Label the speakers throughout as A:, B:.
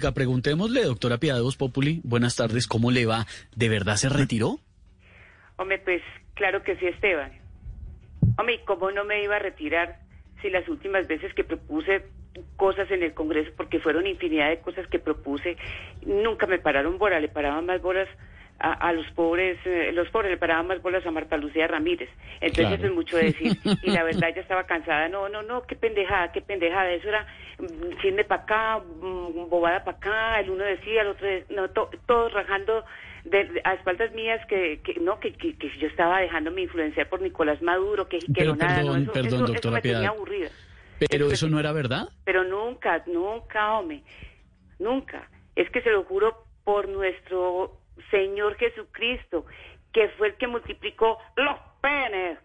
A: Oiga, Preguntémosle, doctora Piados Populi, buenas tardes, ¿cómo le va? ¿De verdad se retiró?
B: Hombre, pues claro que sí, Esteban. Hombre, ¿y cómo no me iba a retirar si las últimas veces que propuse cosas en el Congreso, porque fueron infinidad de cosas que propuse, nunca me pararon bola, le paraban más bolas a, a los pobres, eh, los pobres le paraban más bolas a Marta Lucía Ramírez. Entonces
A: Claro.
B: eso es mucho decir. Y la verdad ya estaba cansada, no, no, no, qué pendejada, qué pendejada, eso era mm, chisme para acá, mm, bobada para acá, el uno decía, el otro decía, no, to- todos rajando de, de- a espaldas mías que, que no, que, que, que yo estaba dejándome influenciar por Nicolás Maduro, que
A: Pero
B: jiqueronada,
A: perdón,
B: no, eso,
A: perdón,
B: eso- eso
A: doctora
B: me tenía
A: Piedad.
B: aburrida.
A: Pero
B: Eso-
A: eso no era verdad.
B: Pero nunca, nunca, hombre, nunca. Es que se lo juro por nuestro Señor Jesucristo, que fue el que multiplicó los penes.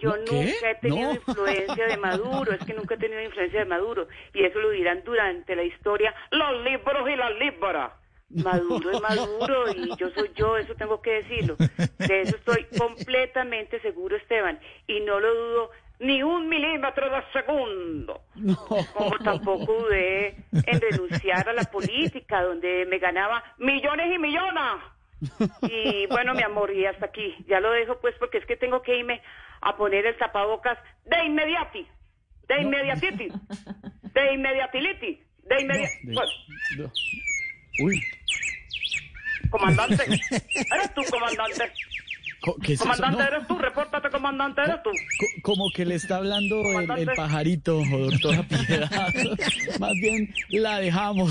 B: Yo
A: ¿No? ¿Qué?
B: nunca he tenido
A: No.
B: influencia de Maduro, es que nunca he tenido influencia de Maduro. Y eso lo dirán durante la historia los libros y las libras. Maduro es Maduro y yo soy yo, eso tengo que decirlo. De eso estoy completamente seguro, Esteban, y no lo dudo ni un milímetro de segundo como tampoco dudé en renunciar a la política, donde me ganaba millones y millonas. Y bueno, mi amor, y hasta aquí. Ya lo dejo pues porque es que tengo que irme a poner el tapabocas de inmediati, de inmediatiti, de inmediatiliti, de inmediati. Pues,
A: No. Uy,
B: comandante, eres tú, comandante.
A: co- ¿qué es eso?
B: Comandante,
A: No,
B: eres tú, repórtate, comandante, eres tú.
A: co- como que le está hablando el, el
B: Comandante.
A: pajarito, doctora Piedad. Más bien la dejamos.